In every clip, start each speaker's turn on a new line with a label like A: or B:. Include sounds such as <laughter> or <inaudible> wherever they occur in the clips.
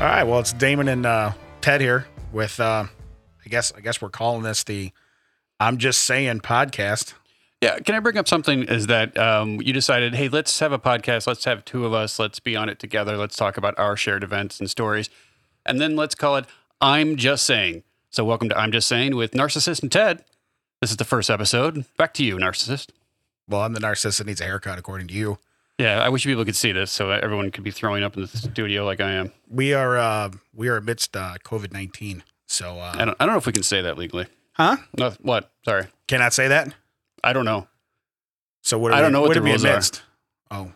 A: well, it's Damon and uh, Ted here with. Uh, I guess I guess we're calling this the "I'm Just Saying" podcast.
B: Yeah. Can I bring up something? Is that um, you decided, hey, let's have a podcast. Let's have two of us. Let's be on it together. Let's talk about our shared events and stories. And then let's call it I'm Just Saying. So, welcome to I'm Just Saying with Narcissist and Ted. This is the first episode. Back to you, Narcissist.
A: Well, I'm the narcissist that needs a haircut, according to you.
B: Yeah. I wish people could see this so everyone could be throwing up in the studio like I am.
A: We are uh, we are amidst uh, COVID nineteen, so
B: I
A: uh,
B: don't, I don't know if we can say that legally.
A: huh?
B: No, what? Sorry.
A: Cannot say that.
B: I don't know.
A: So what? Are
B: I
A: we-
B: don't know what
A: are
B: the
A: we
B: rules are.
A: amidst? Oh,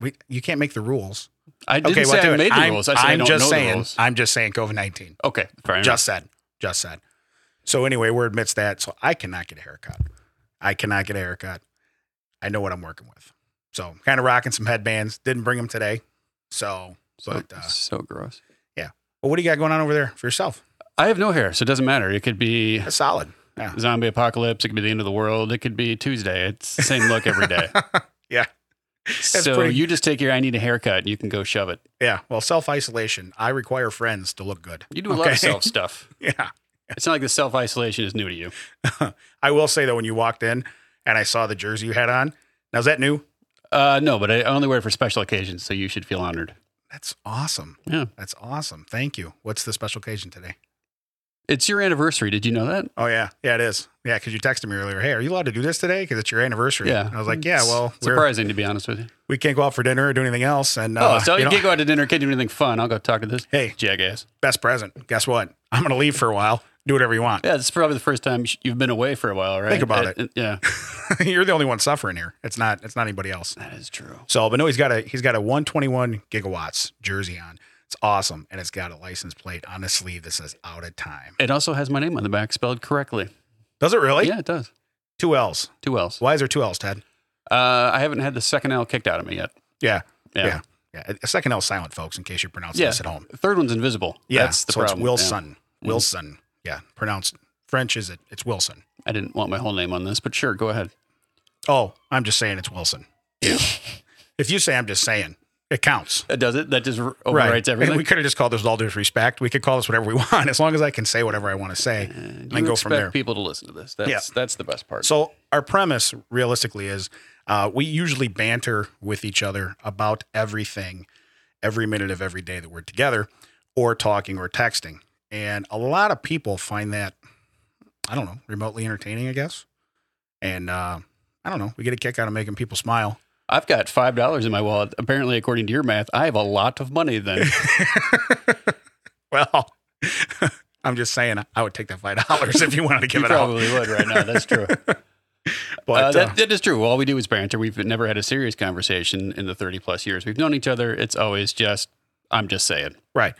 A: we you can't make the rules.
B: I didn't
A: okay,
B: say
A: well, do
B: I
A: it.
B: made the
A: I'm,
B: rules. I said I
A: I'm
B: don't
A: just
B: know
A: saying.
B: the rules.
A: I'm just saying COVID nineteen.
B: Okay. Fair enough.
A: Just said. Just said. So anyway, we're amidst that. So I cannot get a haircut. I cannot get a haircut. I know what I'm working with. So kind of rocking some headbands. Didn't bring them today. So,
B: so,
A: but uh,
B: so gross.
A: well, what do you got going on over there for yourself?
B: I have no hair, so it doesn't matter. It could be
A: That's solid.
B: zombie apocalypse. It could be the end of the world. It could be Tuesday. It's the same look every day.
A: <laughs> Yeah.
B: So
A: pretty-
B: you just take your I need a haircut and you can go shove it.
A: Yeah. Well, self isolation. I require friends to look good. <laughs>
B: You do a lot
A: Okay.
B: of self stuff.
A: <laughs> Yeah.
B: It's not like the self isolation is new to you.
A: I will say though, when you walked in and I saw the jersey you had on, now is that new?
B: Uh, no, but I only wear it for special occasions, so you should feel honored.
A: That's awesome.
B: Yeah.
A: That's awesome. Thank you. What's the special occasion today?
B: It's your anniversary. Did you know that?
A: Oh yeah, yeah it is. Yeah, because you texted me earlier. Hey, are you allowed to do this today? Because it's your anniversary.
B: Yeah.
A: And I was like, yeah, well, we're,
B: Surprising, to be honest with you.
A: we can't go out for dinner or do anything else. And
B: oh,
A: uh,
B: so
A: you
B: you
A: know,
B: can't go out to dinner, can't do anything fun. I'll go talk to this
A: hey,
B: jackass.
A: best present. Guess what? I'm gonna leave for a while. Do whatever you want. <laughs>
B: Yeah, this is probably the first time you've been away for a while, right?
A: Think about
B: Uh, Yeah,
A: You're the only one suffering here. It's not. It's not anybody else.
B: that is true.
A: So, but no, he's got a he's got a 121 gigawatts jersey on. It's awesome, and it's got a license plate on the sleeve that says "Out of Time."
B: It also has my name on the back, spelled correctly.
A: Does it really?
B: yeah, it does.
A: Two L's.
B: Two L's.
A: Why is there two L's, Ted?
B: Uh, I haven't had the second L kicked out of me yet.
A: Yeah.
B: Yeah.
A: Yeah. Yeah. A second L silent, folks, in case you're pronouncing
B: Yeah.
A: this at home.
B: The third one's invisible.
A: Yeah,
B: That's the
A: so
B: problem. Mm-hmm.
A: it's Wilson. Wilson. Yeah, pronounced French is it? It's Wilson.
B: Yeah. I didn't want my whole name on this, but sure, go ahead.
A: Oh, I'm just saying it's Wilson. Yeah. <laughs> if you say I'm just saying, it counts.
B: That Uh, does it. That just r- overwrites
A: And
B: everything.
A: we could have just called this with all due respect. We could call this whatever we <laughs> want, as long as I can say whatever I want to say and
B: You
A: then go from
B: expect
A: there.
B: people to listen to this. That's that's the best part.
A: So our premise realistically is uh, we usually banter with each other about everything every minute of every day that we're together or talking or texting. And a lot of people find that, I don't know, remotely entertaining, I guess. And uh, I don't know, we get a kick out of making people smile. <laughs>
B: I've got five dollars in my wallet. Apparently, according to your math, I have a lot of money. Then
A: Well, <laughs> I'm just saying, I would take that $5 if you wanted to <laughs> give
B: you
A: it out.
B: probably would right now. That's
A: <laughs>
B: true.
A: But
B: uh,
A: uh,
B: that, that is true. All we do is banter. We've never had a serious conversation in the thirty plus years we've known each other. It's always just I'm just saying.
A: Right.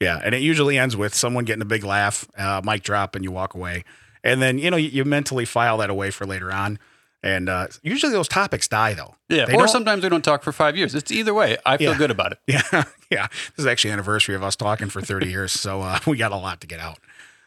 A: Yeah. And it usually ends with someone getting a big laugh, uh, mic drop, and you walk away. And then, you know, you, you mentally file that away for later on. And uh, usually those topics die, though.
B: Yeah.
A: They
B: or
A: don't-
B: sometimes we don't talk for five years. It's either way. I feel
A: Yeah.
B: good about it.
A: Yeah. <laughs> Yeah. This is actually the anniversary of us talking for 30 years. So uh, <laughs> we got a lot to get out.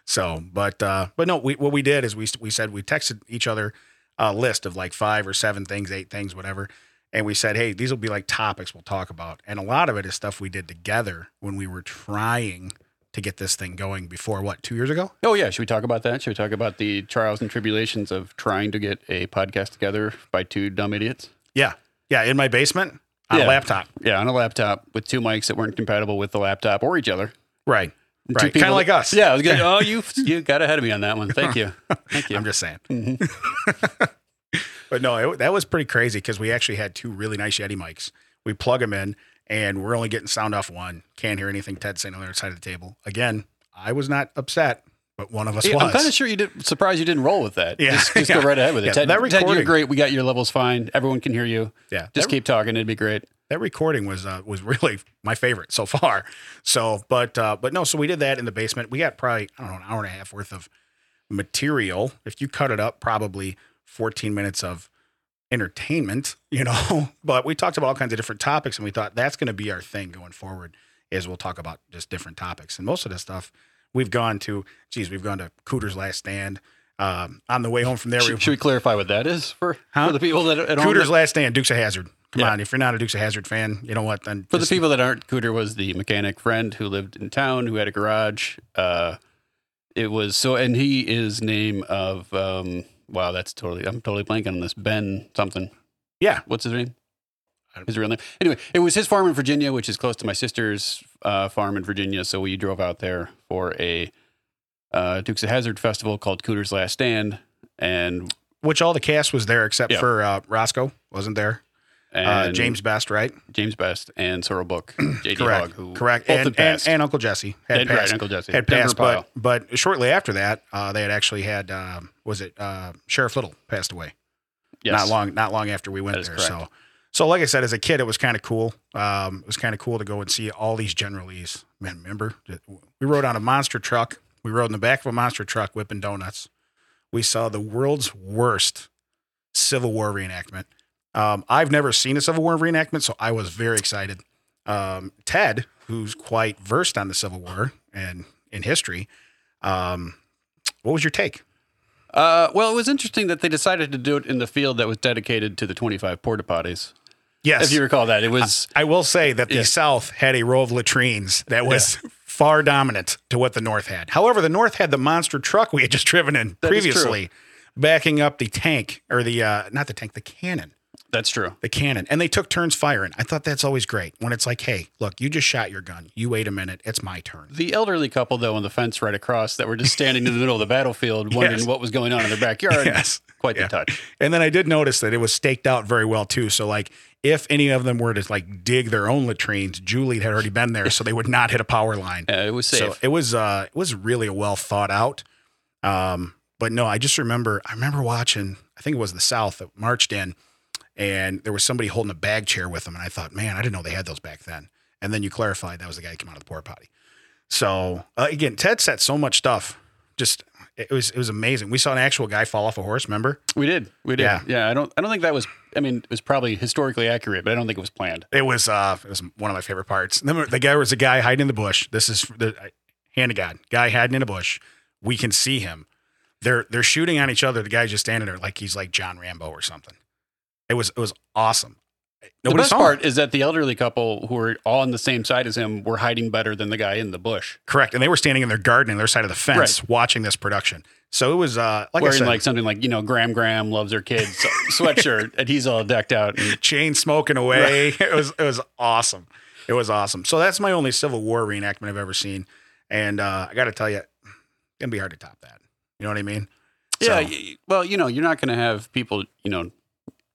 A: So, but, uh, but no, we, what we did is we, we said we texted each other a list of like five or seven things, eight things, whatever. And we said, hey, these will be like topics we'll talk about. And a lot of it is stuff we did together when we were trying to get this thing going before what, two years ago?
B: Oh yeah, should we talk about that? Should we talk about the trials and tribulations of trying to get a podcast together by two dumb idiots?
A: Yeah. Yeah. In my basement on a
B: Yeah.
A: laptop.
B: Yeah, on a laptop with two mics that weren't compatible with the laptop or each other.
A: Right.
B: And two
A: Right. Kind
B: people-
A: of like us.
B: Yeah, I
A: <laughs>
B: was gonna. oh, you you got ahead of me on that one. Thank you. Thank you.
A: I'm just saying. <laughs>
B: Mm-hmm.
A: but no, it, that was pretty crazy because we actually had two really nice Yeti mics. We plug them in and we're only getting sound off one. Can't hear anything Ted's saying on the other side of the table. Again, I was not upset, but one of us
B: Yeah,
A: was.
B: I'm kind of sure you did. Surprised you didn't roll with that.
A: Yeah. <laughs>
B: just, just
A: Yeah.
B: go right ahead with it.
A: Yeah,
B: Ted,
A: that
B: Ted, you're
A: recording-
B: great. We got your levels fine. Everyone can hear you.
A: yeah.
B: Just
A: that,
B: keep talking. It'd be great.
A: that recording was uh, was <laughs> really my favorite so far. So, but uh, but no, so we did that in the basement. We got probably I don't know an hour and a half worth of material. If you cut it up, probably 14 minutes of entertainment, <laughs> you know. But we talked about all kinds of different topics, and we thought that's going to be our thing going forward. Is we'll talk about just different topics, and most of the stuff we've gone to. Geez, we've gone to Cooter's Last Stand. Um, on the way home from there, we
B: Should, should we clarify what that is for,
A: Huh?
B: for the people that at home?
A: Cooter's Last Stand, Dukes of Hazard. Come
B: Yeah.
A: on, if you're not a Dukes of Hazard fan, you know what? Then
B: For the
A: just-
B: people that aren't, Cooter was the mechanic friend who lived in town, who had a garage. Uh, it was so, and he is name of um, wow, that's totally. I'm totally blanking on this. Ben something.
A: Yeah.
B: what's his name?
A: I don't-
B: His real name. Anyway, it was his farm in Virginia, which is close to my sister's uh, farm in Virginia. So we drove out there for a uh, Dukes of Hazard festival called Cooter's Last Stand, and,
A: which all the cast was there except
B: Yeah.
A: for uh, Roscoe wasn't there.
B: and
A: Uh, James Best, right?
B: James Best and Sorrel Book, <clears throat> J.D.
A: Correct.
B: Hogg, who
A: Correct.
B: both
A: And,
B: had
A: and
B: passed.
A: and Uncle Jesse had
B: Dead right,
A: passed.
B: Uncle Jesse
A: Had
B: Denver
A: passed,
B: Pyle.
A: but but shortly after that, uh, they had actually had um, was it uh, Sheriff Little passed away. not long not long after we went
B: That is
A: there.
B: correct.
A: So so like I said, as a kid, it was kind of cool. Um, it was kind of cool to go and see all these generalies. Man, remember we rode on a monster truck. We rode in the back of a monster truck whipping donuts. We saw the world's worst Civil War reenactment. Um, I've never seen a Civil War reenactment, so I was very excited. Um, Ted, who's quite versed on the Civil War and in history, um, what was your take?
B: Uh, well, it was interesting that they decided to do it in the field that was dedicated to the 25 porta potties.
A: Yes,
B: If you recall that, it <laughs> was
A: I will say that the
B: Yeah.
A: South had a row of latrines that was <laughs> far dominant to what the North had. However, the North had the monster truck we had just driven in
B: That is true.
A: previously, backing up the tank or the uh, not the tank, the cannon,
B: that's true.
A: the cannon, and they took turns firing. I thought that's always great when it's like, hey, look, you just shot your gun. You wait a minute, it's my turn.
B: The elderly couple though on the fence right across that were just standing in the middle of
A: <laughs>
B: the battlefield, wondering
A: Yes.
B: what was going on in their
A: <laughs>
B: backyard.
A: Yes.
B: Quite
A: Yeah.
B: the touch.
A: And then I did notice that it was staked out very well too. So like, if any of them were to like dig their own latrines, Julie had already been there, so they would not hit a power line.
B: Uh, it was safe.
A: So it was uh it was really well thought out. Um, but no, I just remember I remember watching, I think it was the South that marched in and there was somebody holding a bag chair with them, and I thought, man, I didn't know they had those back then. And then you clarified that was the guy who came out of the porta potty. So uh, again, Ted set so much stuff. Just it was it was amazing. We saw an actual guy fall off a horse, remember?
B: we did. We did.
A: Yeah.
B: Yeah. I don't I don't think that was I mean, it was probably historically accurate, but I don't think it was planned.
A: It was uh, it was one of my favorite parts. And then the guy was a guy hiding in the bush. This is the I- hand of God, guy hiding in a bush. We can see him. They're they're shooting on each other. The guy's just standing there like he's like John Rambo or something. It was it was awesome.
B: the best
A: saw him.
B: part is that the elderly couple who were all on the same side as him were hiding better than the guy in the bush.
A: correct, and they were standing in their garden on their side of the fence watching this production. So it was uh, like I
B: wearing
A: said,
B: like something like, you know, Graham Graham loves her kids <laughs> sweatshirt and he's all decked out and
A: chain smoking away. <laughs> it was it was awesome. It was awesome. So that's my only Civil War reenactment I've ever seen, and uh, I got to tell you, it's gonna be hard to top that. You know what I mean?
B: Yeah.
A: So-
B: y- y- Well, you know, you're not going to have people, you know,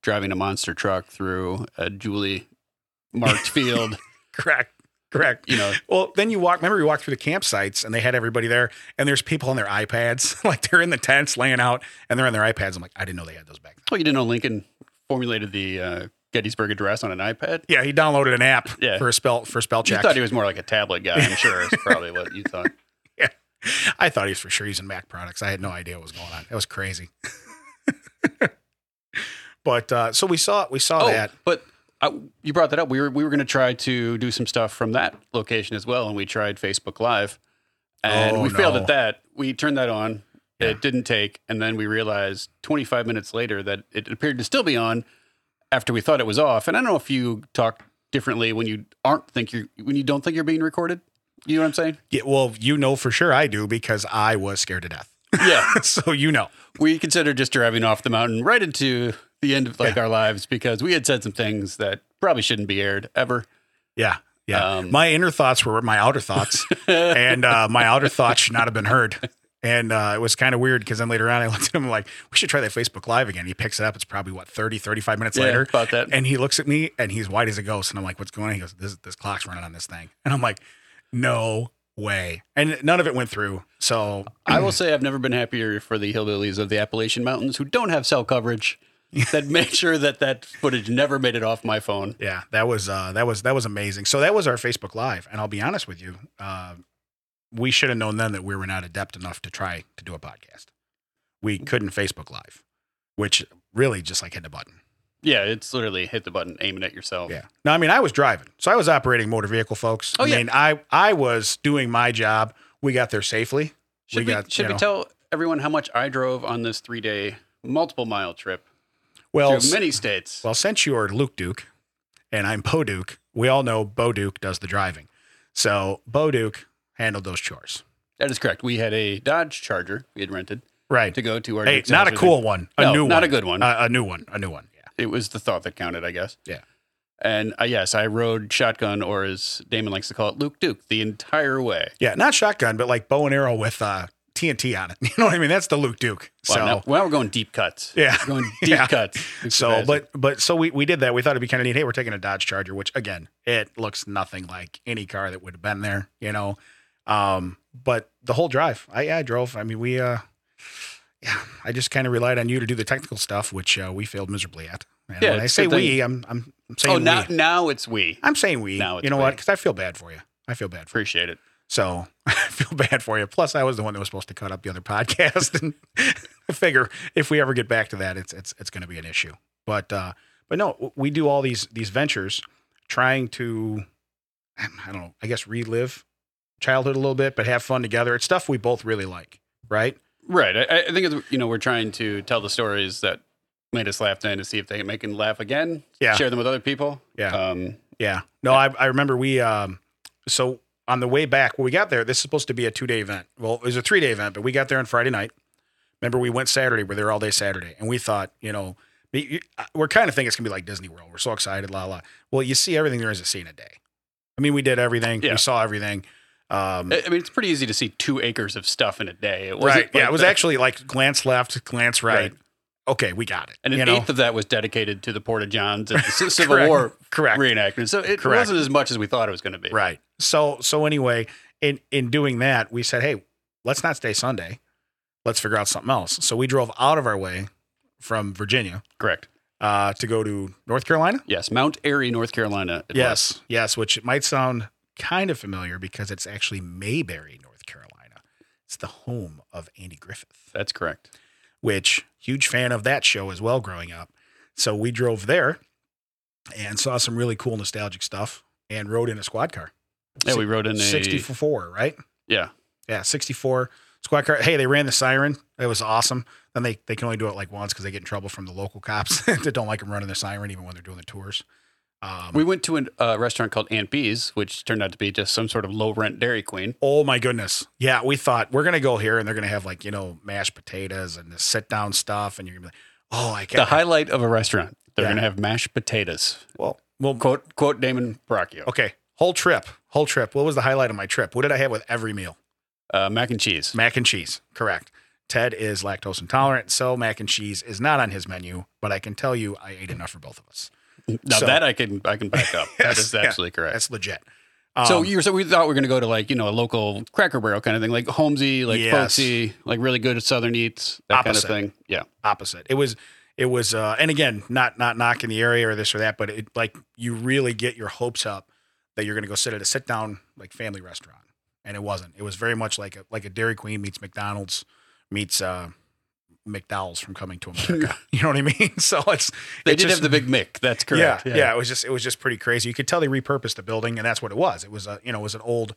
B: driving a monster truck through a Julie marked <laughs> field,
A: Correct. Correct.
B: you <laughs> know.
A: Well, then you walk. Remember, you walked through the campsites, and they had everybody there, and there's people on their iPads, <laughs> like they're in the tents laying out, and they're on their iPads. I'm like, I didn't know they had those back then.
B: Well, you didn't know Lincoln formulated the uh, Gettysburg Address on an iPad.
A: Yeah, he downloaded an app
B: Yeah.
A: for a spell for spell
B: You
A: check.
B: thought he was more like a tablet guy. I'm sure is probably what you thought.
A: <laughs> I thought he was for sure using Mac products. I had no idea what was going on. That was crazy. <laughs> but uh, so we saw we saw that.
B: Oh, but I, you brought that up. We were we were going to try to do some stuff from that location as well, and we tried Facebook Live, and
A: Oh,
B: we failed
A: no.
B: at that. We turned that on.
A: Yeah.
B: It didn't take, and then we realized 25 minutes later that it appeared to still be on after we thought it was off. And I don't know if you talk differently when you aren't think you when you don't think you're being recorded. You know what
A: <laughs>
B: I'm saying?
A: Yeah, well, you know for sure I do because I was scared to death. <laughs>
B: Yeah.
A: so you know.
B: we considered just driving off the mountain right into the end of like our lives because we had said some things that probably shouldn't be aired ever.
A: Yeah. Yeah.
B: Um,
A: my inner thoughts were my outer
B: <laughs>
A: thoughts, and uh, my outer thoughts should not have been heard. And uh, it was kind of weird because then later on I looked at him like, we should try that Facebook Live again. He picks it up. It's probably what, 30, 35 minutes
B: Yeah,
A: later.
B: about that.
A: And he looks at me and he's white as a ghost. And I'm like, what's going on? He goes, this, this clock's running on this thing. And I'm like, no way. And none of it went through. So
B: I will say I've never been happier for the hillbillies of the Appalachian Mountains who don't have
A: <laughs>
B: cell coverage that made sure that that footage never made it off my phone.
A: Yeah, that was uh, that was that was amazing. So that was our Facebook Live, and I'll be honest with you, uh, we should have known then that we were not adept enough to try to do a podcast. We couldn't Facebook Live, which really just like hit the button.
B: Yeah, it's literally hit the button, aim it at yourself.
A: Yeah. No, I mean I was driving, so I was operating motor vehicle, folks.
B: Oh,
A: I
B: yeah.
A: mean I I was doing my job. We got there safely.
B: Should
A: We
B: we,
A: got,
B: should
A: you
B: we
A: know-
B: tell everyone how much I drove on this three day multiple mile trip
A: Well,
B: through many states.
A: Well, since you are Luke Duke and I'm Bo Duke, we all know Bo Duke does the driving. So Bo Duke handled those chores.
B: that is correct. We had a Dodge Charger we had rented
A: Right.
B: to go to our.
A: Hey,
B: Duke's
A: not a
B: house.
A: cool one. A
B: No,
A: new
B: not
A: one.
B: a good one.
A: Uh, a new one. A new one. Yeah.
B: It was the thought that counted, I guess.
A: Yeah.
B: And uh, yes, I rode shotgun, or as Damon likes to call it, Luke Duke, the entire way.
A: Yeah. Not shotgun, but like bow and arrow with uh, TNT on it. <laughs> You know what I mean? That's the Luke Duke.
B: Well,
A: so.
B: now, well, we're going deep cuts.
A: Yeah. <laughs>
B: We're going deep
A: Yeah.
B: cuts. Luke
A: So,
B: Savage.
A: but but so we, we did that. We thought it'd be kind of neat. Hey, we're taking a Dodge Charger, which again, it looks nothing like any car that would have been there, you know. Um, but the whole drive, I I drove. I mean, we uh, yeah, I just kind of relied on you to do the technical stuff, which uh, we failed miserably at. And
B: Yeah,
A: when I
B: it's
A: say
B: good thing-
A: we, I'm I'm, I'm saying
B: oh, now,
A: we.
B: now it's we.
A: I'm saying we.
B: Now it's
A: You know what?
B: we.
A: Because I feel bad for you. I feel bad for you.
B: Appreciate it.
A: So <laughs> I feel bad for you. Plus, I was the one that was supposed to cut up the other podcast, <laughs> and I figure if we ever get back to that, it's it's it's going to be an issue. But uh, but no, we do all these these ventures, trying to I don't know, I guess relive childhood a little bit, but have fun together. It's stuff we both really like, right?
B: Right. I, I think, it's, you know, we're trying to tell the stories that made us laugh then to see if they can make them laugh again.
A: Yeah.
B: Share them with other people.
A: Yeah.
B: Um,
A: Yeah. No, I, I remember we, um, so on the way back, when we got there, this is supposed to be a two day event. Well, it was a three day event, but we got there on Friday night. Remember, we went Saturday, we're there all day Saturday. And we thought, you know, me- you- I- we're kind of thinking it's going to be like Disney World. We're so excited, la la. Well, you see everything there is to see in a day. I mean, we did everything,
B: Yeah.
A: we saw everything. Um,
B: I I mean, it's pretty easy to see two acres of stuff in a day. It wasn't
A: right. yeah.
B: like
A: It was
B: the-
A: actually like glance left, glance right.
B: Right.
A: Okay, we got it.
B: And an
A: you know?
B: eighth of that was dedicated to the Porta
A: <laughs>
B: Johns and the Ci- Civil
A: Correct.
B: War
A: Correct.
B: reenactment. So it
A: Correct.
B: wasn't as much as we thought it was going to be.
A: Right. So so anyway, in in doing that, we said, hey, let's not stay Sunday. Let's figure out something else. So we drove out of our way from Virginia
B: Correct.
A: uh, to go to North Carolina.
B: Yes. Mount Airy, North Carolina. it
A: Yes, yes, which might sound kind of familiar because it's actually Mayberry, North Carolina. It's the home of Andy Griffith,
B: was. That's correct.
A: which huge fan of that show as well growing up. So we drove there and saw some really cool nostalgic stuff and rode in a squad car.
B: Yeah, we rode in a
A: 64, right?
B: Yeah.
A: Yeah, 64 squad car. Hey, they ran the siren. It was awesome. Then they, they can only do it like once because they get in trouble from the local cops <laughs> that don't like them running the siren even when they're doing the tours. Um,
B: We went to a uh, restaurant called Aunt Bee's, which turned out to be just some sort of low rent Dairy Queen.
A: oh my goodness. Yeah, we thought we're going to go here and they're going to have like, you know, mashed potatoes and this sit down stuff. And you're going to be like, oh, I
B: The
A: can't.
B: highlight of a restaurant. They're
A: Yeah.
B: going to have mashed potatoes.
A: well, well,
B: Quote, quote Damon Paracchio.
A: okay. Whole trip, whole trip. What was the highlight of my trip? What did I have with every meal?
B: Uh, mac and cheese.
A: Mac and cheese, correct. Ted is lactose intolerant, so mac and cheese is not on his menu, but I can tell you I ate enough for both of us.
B: Now
A: So-
B: that I can I can
A: <laughs>
B: back up. that
A: Yes,
B: is
A: yeah.
B: absolutely correct.
A: That's legit.
B: so
A: Um,
B: you were, so we thought we were going to go to like you know a local Cracker Barrel kind of thing, like homesy, like
A: Yes.
B: folksy, like really good Southern eats, that
A: Opposite.
B: kind of thing. Yeah,
A: opposite. It was it was uh and again, not not knocking the area or this or that, but it like you really get your hopes up that you're gonna go sit at a sit down like family restaurant. And it wasn't. It was very much like a like a Dairy Queen meets McDonald's meets uh McDowell's from coming to
B: <laughs>
A: America. you know what I mean? <laughs> So it's
B: they
A: it
B: did
A: just-
B: have the Big Mick. That's correct.
A: Yeah, yeah, It was just it was just pretty crazy. You could tell they repurposed the building, and that's what it was. It was a you know it was an old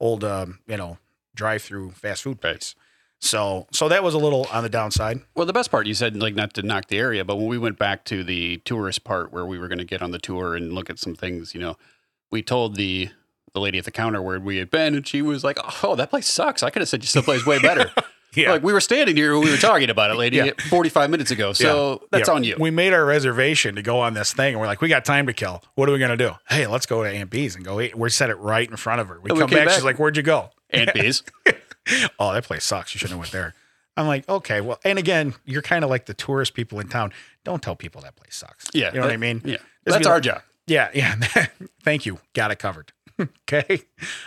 A: old um, you know drive through fast food place.
B: Right.
A: So so that was a little on the downside.
B: Well, the best part you said like not to knock the area, but when we went back to the tourist part where we were going to get on the tour and look at some things, you know, we told the the lady at the counter where we had been, and she was like, "Oh, that place sucks. I could have sent you someplace way better."
A: <laughs> Yeah.
B: Like we were standing here, when we were talking about it, lady,
A: Yeah.
B: 45 minutes ago. So that's
A: Yeah. <laughs>
B: on you.
A: We made our reservation to go on this thing, and we're like, we got time to kill. What are we gonna do? Hey, let's go to Aunt B's and go eat. We set it right in front of her. We
B: And we
A: come
B: came
A: back,
B: back.
A: She's like, where'd you go?
B: Aunt Bees.
A: Oh, that place sucks. You shouldn't have went there. I'm like, okay, well, and again, you're kind of like the tourist people in town. Don't tell people that place sucks.
B: Yeah,
A: you know what
B: that-
A: I mean.
B: Yeah.
A: Just
B: That's
A: be
B: our
A: like-
B: job.
A: Yeah, <laughs> yeah. Thank you. Got it covered. <laughs> okay.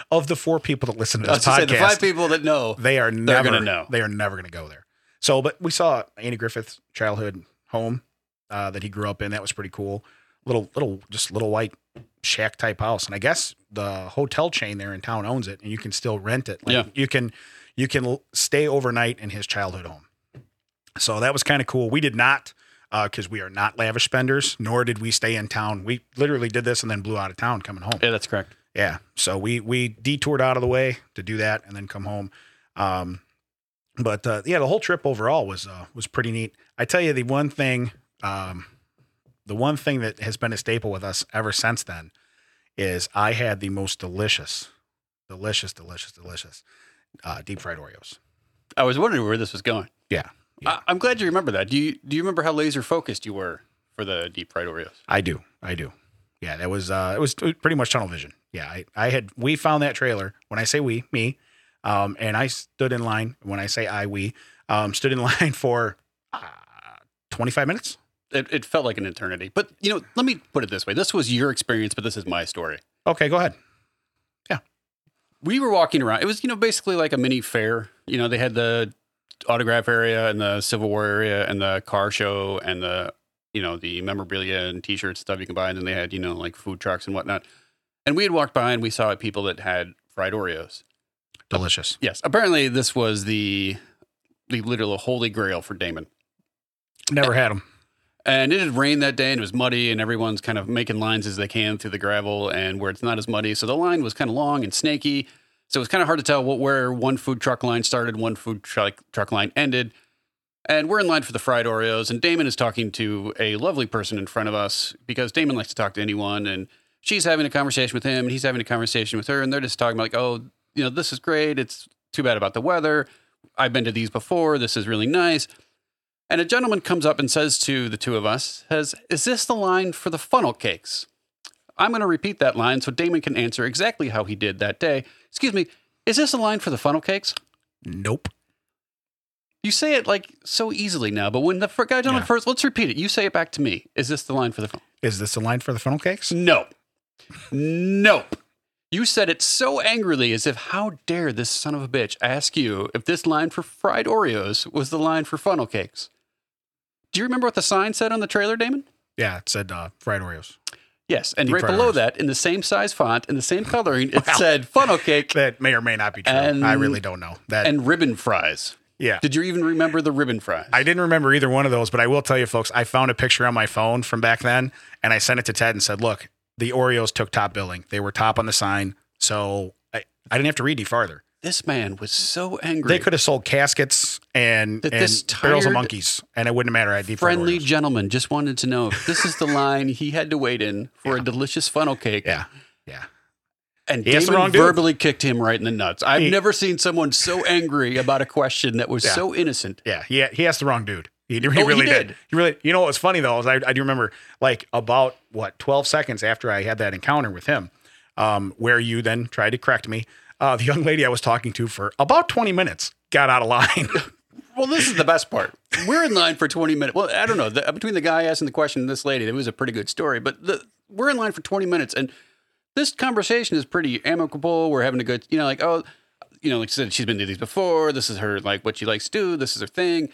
A: Of the four people that listen to
B: I
A: this
B: was to say, the
A: podcast,
B: five people that know.
A: they are never
B: gonna know.
A: They are never going to go there. So, but we saw Andy Griffith's childhood home uh, that he grew up in. That was pretty cool. Little, little, just little white shack type house. And I guess the hotel chain there in town owns it, and you can still rent it.
B: Yeah.
A: you can, you can l- stay overnight in his childhood home. So that was kind of cool. We did not, because we are not lavish spenders, nor did we stay in town. We literally did this and then blew out of town coming home.
B: Yeah, that's correct.
A: Yeah. So we we detoured out of the way to do that and then come home. Um, but uh, yeah, the whole trip overall was uh, was pretty neat. I tell you, the one thing, um, the one thing that has been a staple with us ever since then is I had the most delicious, delicious, delicious, delicious uh, deep fried Oreos.
B: I was wondering where this was going.
A: Yeah,
B: I, I'm glad you remember that. Do you do you remember how laser focused you were for the deep fried Oreos?
A: I do, I do. Yeah, that was uh, it was pretty much tunnel vision. Yeah, I, I had we found that trailer. When I say we, me, um, and I stood in line. When I say I, we um, stood in <laughs> line for uh, 25 minutes.
B: It, it felt like an eternity. But you know, let me put it this way: this was your experience, but this is my story.
A: Okay, go ahead.
B: We were walking around. It was you know basically like a mini fair. You know, they had the autograph area and the Civil War area and the car show and the you know the memorabilia and T-shirts stuff you can buy. And then they had you know like food trucks and whatnot. And we had walked by and we saw people that had fried Oreos.
A: Delicious.
B: Yes, apparently this was the the literal holy grail for Damon.
A: Never had them.
B: And it had rained that day and it was muddy, and everyone's kind of making lines as they can through the gravel and where it's not as muddy. So the line was kind of long and snaky. So it was kind of hard to tell what, where one food truck line started, one food truck, truck line ended. And we're in line for the fried Oreos, and Damon is talking to a lovely person in front of us because Damon likes to talk to anyone. And she's having a conversation with him, and he's having a conversation with her. And they're just talking about, like, oh, you know, this is great. It's too bad about the weather. I've been to these before. This is really nice. And a gentleman comes up and says to the two of us, says, Is this the line for the funnel cakes? I'm going to repeat that line so Damon can answer exactly how he did that day. Excuse me, is this the line for the funnel cakes?
A: Nope.
B: You say it like so easily now, but when the fir- guy gentleman
A: Yeah.
B: first, let's repeat it. You say it back to me. Is this the line for the funnel?
A: Is this the line for the funnel cakes?
B: No. Nope. You said it so angrily as if, how dare this son of a bitch ask you if this line for fried Oreos was the line for funnel cakes? Do you remember what the sign said on the trailer, Damon?
A: Yeah, it said uh, fried Oreos.
B: Yes. And
A: Deep
B: right
A: fried
B: below
A: Oreos.
B: that, in the same size font and the same coloring, it
A: <laughs> Wow.
B: said funnel
A: <laughs>
B: cake
A: That may or may not be true.
B: And-
A: I really don't know. That
B: and ribbon fries.
A: yeah.
B: Did you even remember the ribbon fries?
A: I didn't remember either one of those, but I will tell you, folks, I found a picture on my phone from back then and I sent it to Ted and said, look, the Oreos took top billing. They were top on the sign. So I, I didn't have to read any farther.
B: this man was so angry.
A: They could have sold caskets and,
B: That
A: and
B: this
A: barrels of
B: tired-
A: monkeys, and it wouldn't matter. I had deep fried
B: Friendly
A: Oreos.
B: gentleman just wanted to know if this
A: <laughs>
B: is the line he had to wait in for a delicious funnel cake.
A: Yeah. Yeah.
B: And
A: He asked the
B: Damon
A: wrong dude.
B: verbally kicked him right in the nuts. I've
A: He-
B: never seen someone so angry about a question that was
A: Yeah.
B: so innocent.
A: Yeah, he he asked the wrong dude. He, he
B: Oh, he
A: really did.
B: did.
A: He really. You know what was funny though is I, I do remember like about what twelve seconds after I had that encounter with him, um, where you then tried to correct me. Uh, the <laughs> young lady I was talking to for about twenty minutes got out of line. <laughs>
B: Well, this is the best part. We're in line for 20 minutes. Well, I don't know. The, between the guy asking the question and this lady, it was a pretty good story. But the, we're in line for 20 minutes, and this conversation is pretty amicable. We're having a good, you know, like, oh, you know, like she said, she's been to these before. This is her, like, what she likes to do. This is her thing.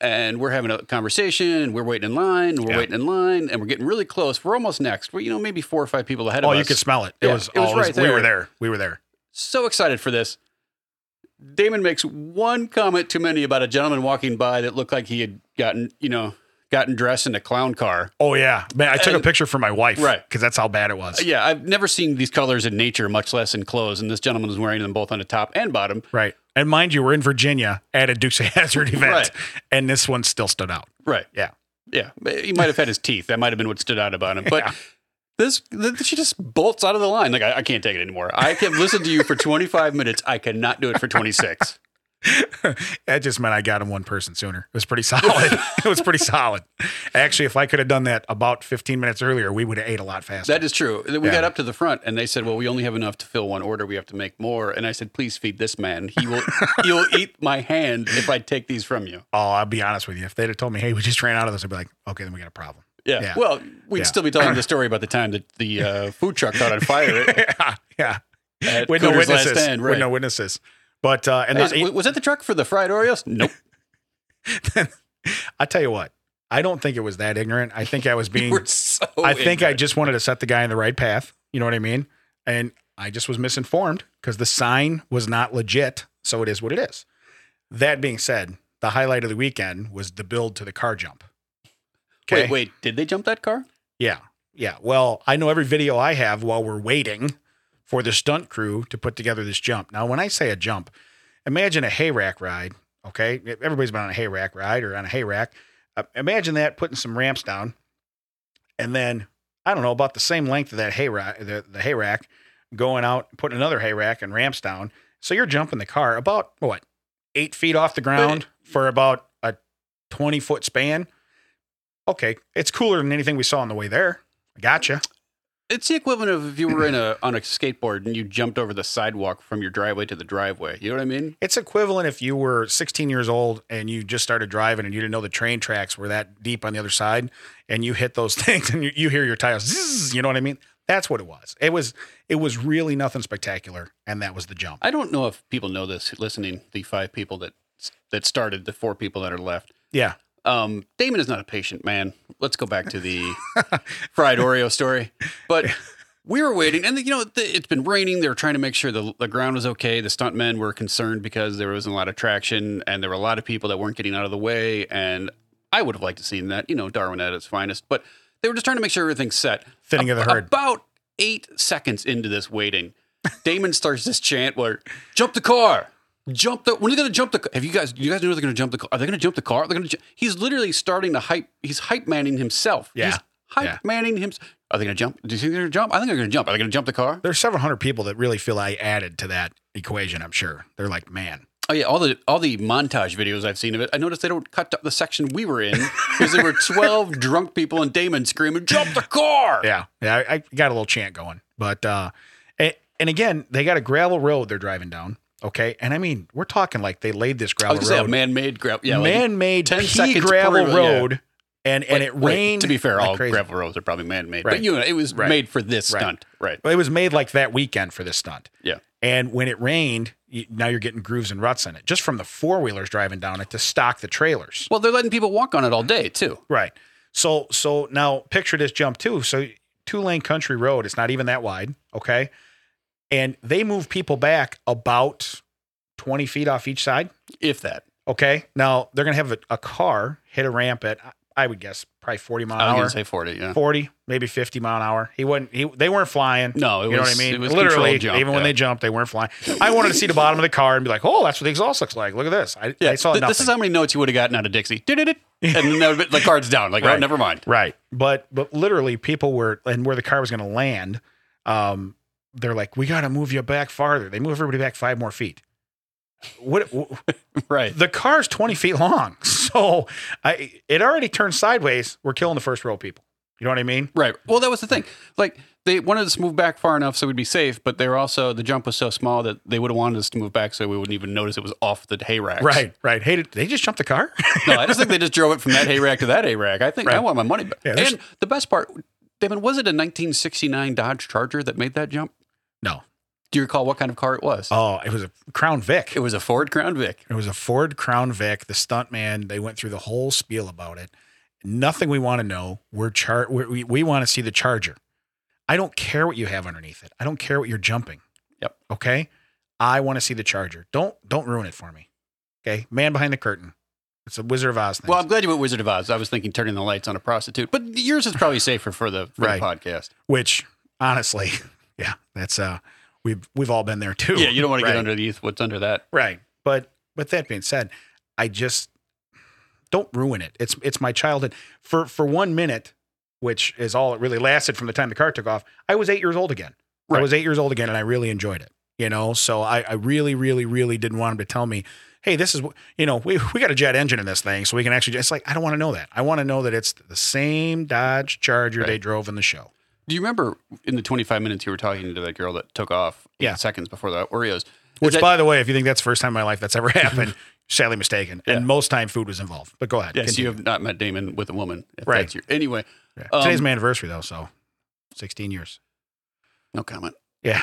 B: And we're having a conversation. We're waiting in line. We're
A: Yeah.
B: waiting in line, and we're getting really close. We're almost next. We're, you know, maybe four or five people ahead
A: oh,
B: of
A: you
B: us.
A: could smell it. It
B: Yeah,
A: was.
B: it was
A: oh,
B: right
A: We were
B: there.
A: there. We were there.
B: so excited for this. Damon makes one comment too many about a gentleman walking by that looked like he had gotten, you know, gotten dressed in a clown car.
A: Oh yeah, man. I took
B: And-
A: a picture for my wife,
B: Right. Uh,
A: Because that's how bad it was.
B: Yeah, I've never seen these colors in nature, much less in clothes. And this gentleman was wearing them both on the top and bottom.
A: Right. And mind you, we're in Virginia at a Dukes of Hazard event,
B: <laughs> Right.
A: and this one still stood out.
B: Right.
A: Yeah.
B: Yeah. He might have had his teeth. That might have been what stood out about him. But
A: Yeah.
B: this, th- she just bolts out of the line. Like, I, I can't take it anymore. I can listen to you for 25 minutes. I cannot do it for 26.
A: that just meant I got him one person sooner. It was
B: <laughs>
A: pretty solid. it was pretty solid. Actually, if I could have done that about 15 minutes earlier, we would have ate a lot faster.
B: That is true. We
A: Yeah.
B: got up to the front and they said, "Well, we only have enough to fill one order. We have to make more." And I said, "Please feed this man. He <laughs> will he'll eat my hand if I take these from you."
A: oh, I'll be honest with you. If they'd have told me, hey, we just ran out of this, I'd be like, okay, then we got a problem.
B: Yeah.
A: Yeah.
B: Well, we'd
A: Yeah.
B: still be telling the <laughs> story about the time that the uh, food truck caught on fire <laughs> at,
A: yeah. Yeah.
B: at
A: With no
B: Cooter's Last
A: witnesses.
B: Stand, right?
A: With no witnesses. But, uh, and
B: Hey,
A: the,
B: was, was that the truck for the fried Oreos? Nope.
A: I tell you what, I don't think it was that ignorant. I think I was being,
B: We're so
A: I think I
B: ignorant.
A: just wanted to set the guy in the right path. You know what I mean? And I just was misinformed because the sign was not legit. So it is what it is. That being said, the highlight of the weekend was the build to the car jump.
B: Wait, wait. Did they jump that car?
A: Yeah. Yeah. Well, I know every video I have while we're waiting for the stunt crew to put together this jump. Now, when I say a jump, imagine a hay rack ride Okay. Everybody's been on a hay rack ride or on a hay rack. Uh, imagine that putting some ramps down and then, I don't know, about the same length of that hay rack, the, the hay rack, going out, putting another hay rack and ramps down. So you're jumping the car about what, eight feet off the ground for about a 20 foot span. Okay. It's cooler than anything we saw on the way there. I Gotcha.
B: It's the equivalent of if you were in a on a skateboard and you jumped over the sidewalk from your driveway to the driveway. You know what I mean?
A: It's equivalent if you were 16 years old and you just started driving and you didn't know the train tracks were that deep on the other side and you hit those <laughs> things and you, you hear your tires zzz, you know what I mean? That's what it was. It was it was really nothing spectacular and that was the jump.
B: I don't know if people know this listening, the five people that that started, the four people that are left.
A: Yeah.
B: Um, Damon is not a patient man. Let's go back to the fried Oreo story. But we were waiting, and you know the, it's been raining. They were trying to make sure the, the ground was okay. The stuntmen were concerned because there wasn't a lot of traction, and there were a lot of people that weren't getting out of the way. And I would have liked to seen that. You know, Darwin at its finest. But they were just trying to make sure everything's set.
A: Thinning of the herd.
B: About eight seconds into this waiting, Damon starts this chant where, "Jump the car." jump the when are they gonna jump the have you guys you guys know they're gonna jump the car are they gonna jump the car they're gonna ju- he's literally starting to hype he's hype manning himself
A: Yeah.
B: he's hype
A: Yeah.
B: manning himself are they gonna jump do you think they're gonna jump i think they're gonna jump are they gonna jump the car
A: There's several hundred people that really feel I added to that equation, I'm sure. They're like, "Man,
B: oh yeah all the all the montage videos i've seen of it i noticed they don't cut the section we were in
A: <laughs>
B: because there were 12 drunk people and damon screaming jump the car
A: Yeah, yeah, I, I got a little chant going, but uh, and, and again, they got a gravel road they're driving down. Okay, and I mean, we're talking like they laid this
B: i
A: gravel
B: was gonna say a
A: road,
B: man-made grab yeah like-
A: man-made
B: 10
A: pea
B: seconds
A: gravel
B: per- yeah.
A: road, and and
B: wait,
A: it
B: wait,
A: rained.
B: to be fair
A: like
B: all
A: crazy.
B: gravel roads are probably man-made
A: Right.
B: but you know it was
A: Right.
B: made for this
A: Right.
B: stunt right
A: But it was made like that weekend for this stunt.
B: Yeah.
A: And when it rained, you, now you're getting grooves and ruts in it, just from the four wheelers driving down it to stock the trailers.
B: well they're letting people walk on it all day too
A: Right. So so now picture this jump too. So two lane country road, it's not even that wide, okay? And they move people back about 20 feet off each side,
B: if that
A: okay? Now they're going to have a, a car hit a ramp at I would guess probably 40 mile
B: I was
A: an hour.
B: gonna say forty. Yeah.
A: 40, maybe 50 mile an hour. He wouldn't he, they weren't flying.
B: No, it
A: you know
B: was,
A: what I mean?
B: It was
A: Literally,
B: controlled jump,
A: even when
B: yeah.
A: they jumped, they weren't flying. I wanted to see the bottom of the car and be like, "Oh, that's what the exhaust looks like. Look at this." I,
B: Yeah,
A: I saw
B: th-
A: nothing.
B: this is how many notes you would have gotten out of
A: <laughs>
B: Dixie. Did-did-did. And then that would've been- the card's down. Like, oh,
A: Right.
B: never
A: <laughs>
B: mind.
A: Right. But but literally people were and where the car was going to land, um, they're like, we got to move you back farther. They move everybody back five more feet. What, w- <laughs>
B: Right.
A: the car's 20 feet long. <laughs> So I, it already turned sideways. We're killing the first row of people. You know what I mean?
B: Right. Well, that was the thing. Like, they wanted us to move back far enough so we'd be safe, but they were also the jump was so small that they would have wanted us to move back so we wouldn't even notice it was off the hay rack.
A: Right. Hey, did they just jump the car? <laughs>
B: No, I just think they just drove it from that hay rack to that hay rack. I think I
A: Right.
B: want my money back.
A: Yeah, there's-
B: and the best part, Damon, was it a 1969 Dodge Charger that made that jump?
A: no.
B: Do you recall what kind of car it was?
A: Oh, it was a Crown Vic.
B: It was a Ford Crown Vic.
A: It was a Ford Crown Vic. The stuntman, they went through the whole spiel about it. Nothing we want to know. We're char- we we, we want to see the charger. I don't care what you have underneath it. I don't care what you're jumping.
B: Yep.
A: Okay. I want to see the charger. Don't don't ruin it for me. Okay. Man behind the curtain. It's a Wizard of Oz thing.
B: Well,
A: Well,
B: I'm glad you went Wizard of Oz. I was thinking turning the lights on a prostitute, but yours is probably safer for the, for
A: Right.
B: the podcast.
A: which honestly, <laughs> yeah, that's uh we've we've all been there too.
B: Yeah, you don't want to
A: Right.
B: get underneath what's under that.
A: Right. But with that being said, I just don't ruin it. It's it's my childhood. For for one minute, which is all it really lasted from the time the car took off, I was eight years old again. I
B: Right.
A: was eight years old again and I really enjoyed it. You know, so I, I really, really, really didn't want him to tell me, hey, this is wh- you know, we, we got a jet engine in this thing, so we can actually it's like I don't want to know that. I want to know that it's the same Dodge Charger
B: Right.
A: they drove in the show.
B: Do you remember in the 25 minutes you were talking to that girl that took off eight
A: Yeah.
B: seconds before the Oreos?
A: Which,
B: that-
A: by the way, if you think that's the first time in my life that's ever <laughs> happened, sadly mistaken.
B: Yeah.
A: And most time food was involved. But go ahead.
B: yes,
A: continue.
B: you have not met Damon with a woman. if
A: Right.
B: that's your- anyway,
A: Yeah.
B: Um,
A: Today's my anniversary though, so 16 years.
B: no comment.
A: Yeah.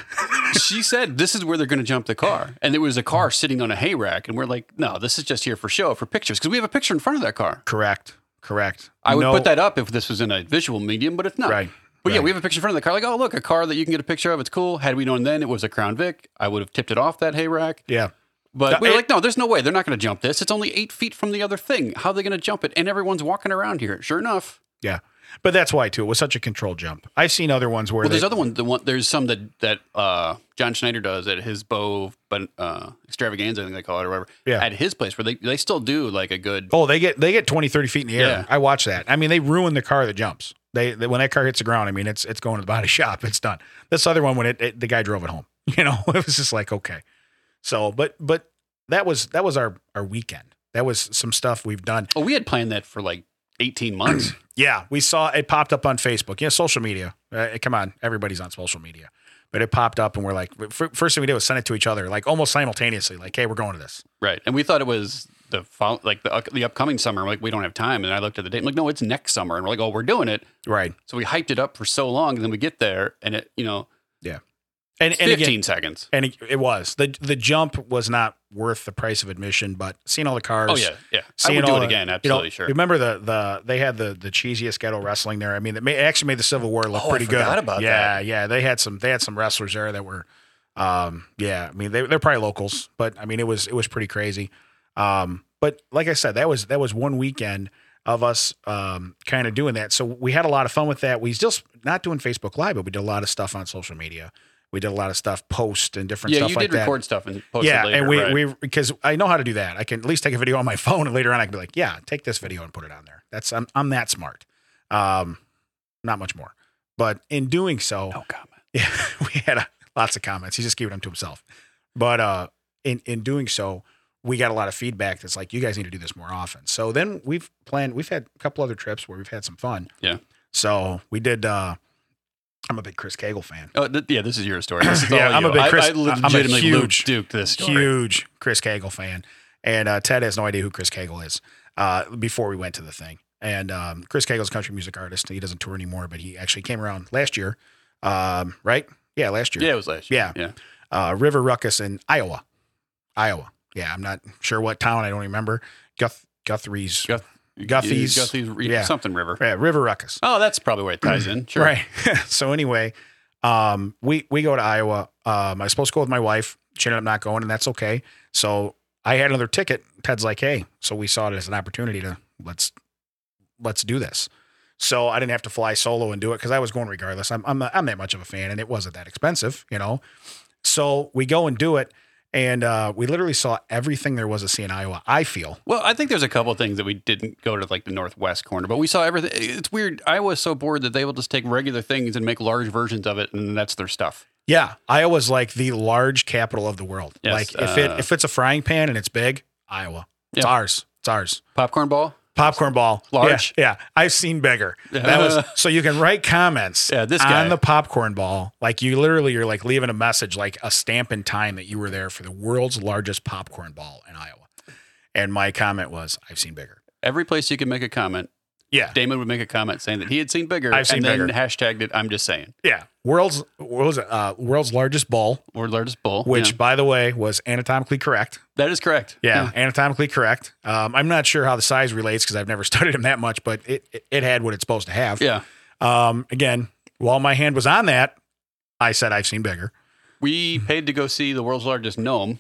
B: she said this is where they're going to jump the car, and there was a car sitting on a hay rack, and we're like, no, this is just here for show for pictures because we have a picture in front of that car.
A: Correct. Correct.
B: I would
A: No-
B: put that up if this was in a visual medium, but it's not.
A: right.
B: But yeah,
A: Right.
B: we have a picture in front of the car. Like, oh, look, a car that you can get a picture of. It's cool. Had we known then it was a Crown Vic, I would have tipped it off that hay rack.
A: Yeah.
B: But
A: No,
B: we were
A: it-
B: like, no, there's no way. They're not going to jump this. It's only eight feet from the other thing. How are they going to jump it? And everyone's walking around here. Sure enough.
A: Yeah. But that's why too. It was such a control jump. I've seen other ones where
B: Well, there's
A: they-
B: other one. The one there's some that that uh, John Schneider does at his bow, but uh, extravaganza, I think they call it or whatever.
A: Yeah.
B: At his place, where they, they still do like a good.
A: oh, they get they get 20, 30 feet in the air.
B: Yeah.
A: I watch that. I mean, they ruin the car that jumps. They, they when that car hits the ground, I mean, it's it's going to the body <laughs> shop. It's done. This other one when it, it the guy drove it home. <laughs> You know, it was just like okay. So, but but that was that was our our weekend. That was some stuff we've done.
B: Oh, we had planned that for like
A: <clears throat>
B: 18 months.
A: Yeah, we saw it popped up on Facebook. Yeah, social media. Uh, come on, everybody's on social media. But it popped up, and we're like, fir- first thing we did was send it to each other, like almost simultaneously, like, hey, we're going to this.
B: right. And we thought it was the fol- like the, the upcoming summer. Like we don't have time. And I looked at the date. I'm like, no, it's next summer. And we're like, oh, we're doing it.
A: Right.
B: So we hyped it up for so long, and then we get there, and it you know,
A: And, and
B: 15
A: again,
B: seconds.
A: and it, it was the the jump was not worth the price of admission, but seeing all the cars.
B: Oh yeah, yeah. I
A: seeing
B: would do
A: all
B: it
A: the-
B: again.
A: You know,
B: Absolutely sure.
A: Remember the the they had the the cheesiest ghetto wrestling there. I mean, it, ma- it actually made the Civil War look
B: Oh, I
A: pretty good.
B: forgot about
A: yeah, yeah. They had some they had some wrestlers there that were, um, yeah. I mean, they they're probably locals, but I mean, it was it was pretty crazy. Um, but like I said, that was that was one weekend of us um, kind of doing that. So we had a lot of fun with that. We still s- not doing Facebook Live, but we did a lot of stuff on social media. We did a lot of stuff, post and different
B: Yeah,
A: stuff
B: you
A: like
B: did
A: that
B: record stuff and post
A: yeah,
B: it later.
A: and we
B: right.
A: we because I know how to do that. I can at least take a video on my <laughs> phone, and later on I can be like, yeah, take this video and put it on there. That's I'm I'm that smart. Um, not much more, but in doing so,
B: no comment.
A: yeah,
B: Oh.
A: <laughs> we had uh lots of comments. He just gave them to himself, but uh, in in doing so, we got a lot of feedback that's like, you guys need to do this more often. So then we've planned. We've had a couple other trips where we've had some fun.
B: Yeah.
A: So we did. uh I'm a big Chris Cagle fan.
B: Oh, th- yeah, this is your story. This is
A: <clears throat> Yeah,
B: all
A: I'm
B: you.
A: a big Chris-
B: I, I
A: I'm a
B: legitimately
A: huge-
B: Luke Duke this story.
A: huge Chris Cagle fan, and uh, Ted has no idea who Chris Cagle is. Uh, before we went to the thing, and um, Chris Cagle's a country music artist. He doesn't tour anymore, but he actually came around last year, um, right? Yeah, last year.
B: Yeah, it was last year.
A: Yeah.
B: yeah.
A: Uh, River Ruckus in Iowa, Iowa. Yeah, I'm not sure what town. I don't remember. Guth Guthrie's.
B: Guth-
A: Guthies.
B: Guthies, re-
A: Yeah.
B: something river.
A: Yeah, River Ruckus.
B: Oh, that's probably where it ties in. Sure.
A: Right. <laughs> so anyway, um, we we go to Iowa. Um, I was supposed to go with my wife. She ended up not going, and that's okay. So I had another ticket. Ted's like, hey, so we saw it as an opportunity to let's let's do this. So I didn't have to fly solo and do it because I was going regardless. I'm I'm not, I'm that much of a fan, and it wasn't that expensive, you know. So we go and do it, and uh, we literally saw everything there was to see in Iowa. I feel
B: Well, I think there's a couple of things that we didn't go to like the northwest corner, but we saw everything. It's weird. I was so bored that they will just take regular things and make large versions of it, and that's their stuff.
A: Yeah, Iowa's like the large capital of the world.
B: Yes,
A: like if it
B: uh,
A: if it's a frying pan and it's big, Iowa. It's
B: Yeah.
A: ours. It's ours.
B: Popcorn ball.
A: Popcorn ball,
B: Large?
A: Yeah, yeah. I've seen bigger. That
B: <laughs>
A: was so you can write comments.
B: Yeah, this
A: on
B: guy.
A: the popcorn ball, like you literally, you're like leaving a message, like a stamp in time that you were there for the world's largest popcorn ball in Iowa. And my comment was, I've seen bigger.
B: Every place you can make a comment,
A: Yeah,
B: Damon would make a comment saying that he had seen bigger,
A: I've seen
B: and
A: bigger.
B: then hashtagged it. I'm just saying,
A: yeah. World's what was it? Uh, world's largest ball,
B: or largest bull.
A: which
B: Yeah.
A: by the way was anatomically correct.
B: that is correct.
A: Yeah, anatomically correct. Um, I'm not sure how the size relates because I've never <laughs> studied him that much, but it, it it had what it's supposed to have.
B: yeah.
A: Um, again, while my hand was on that, I said I've seen bigger.
B: We paid to go see the world's largest gnome.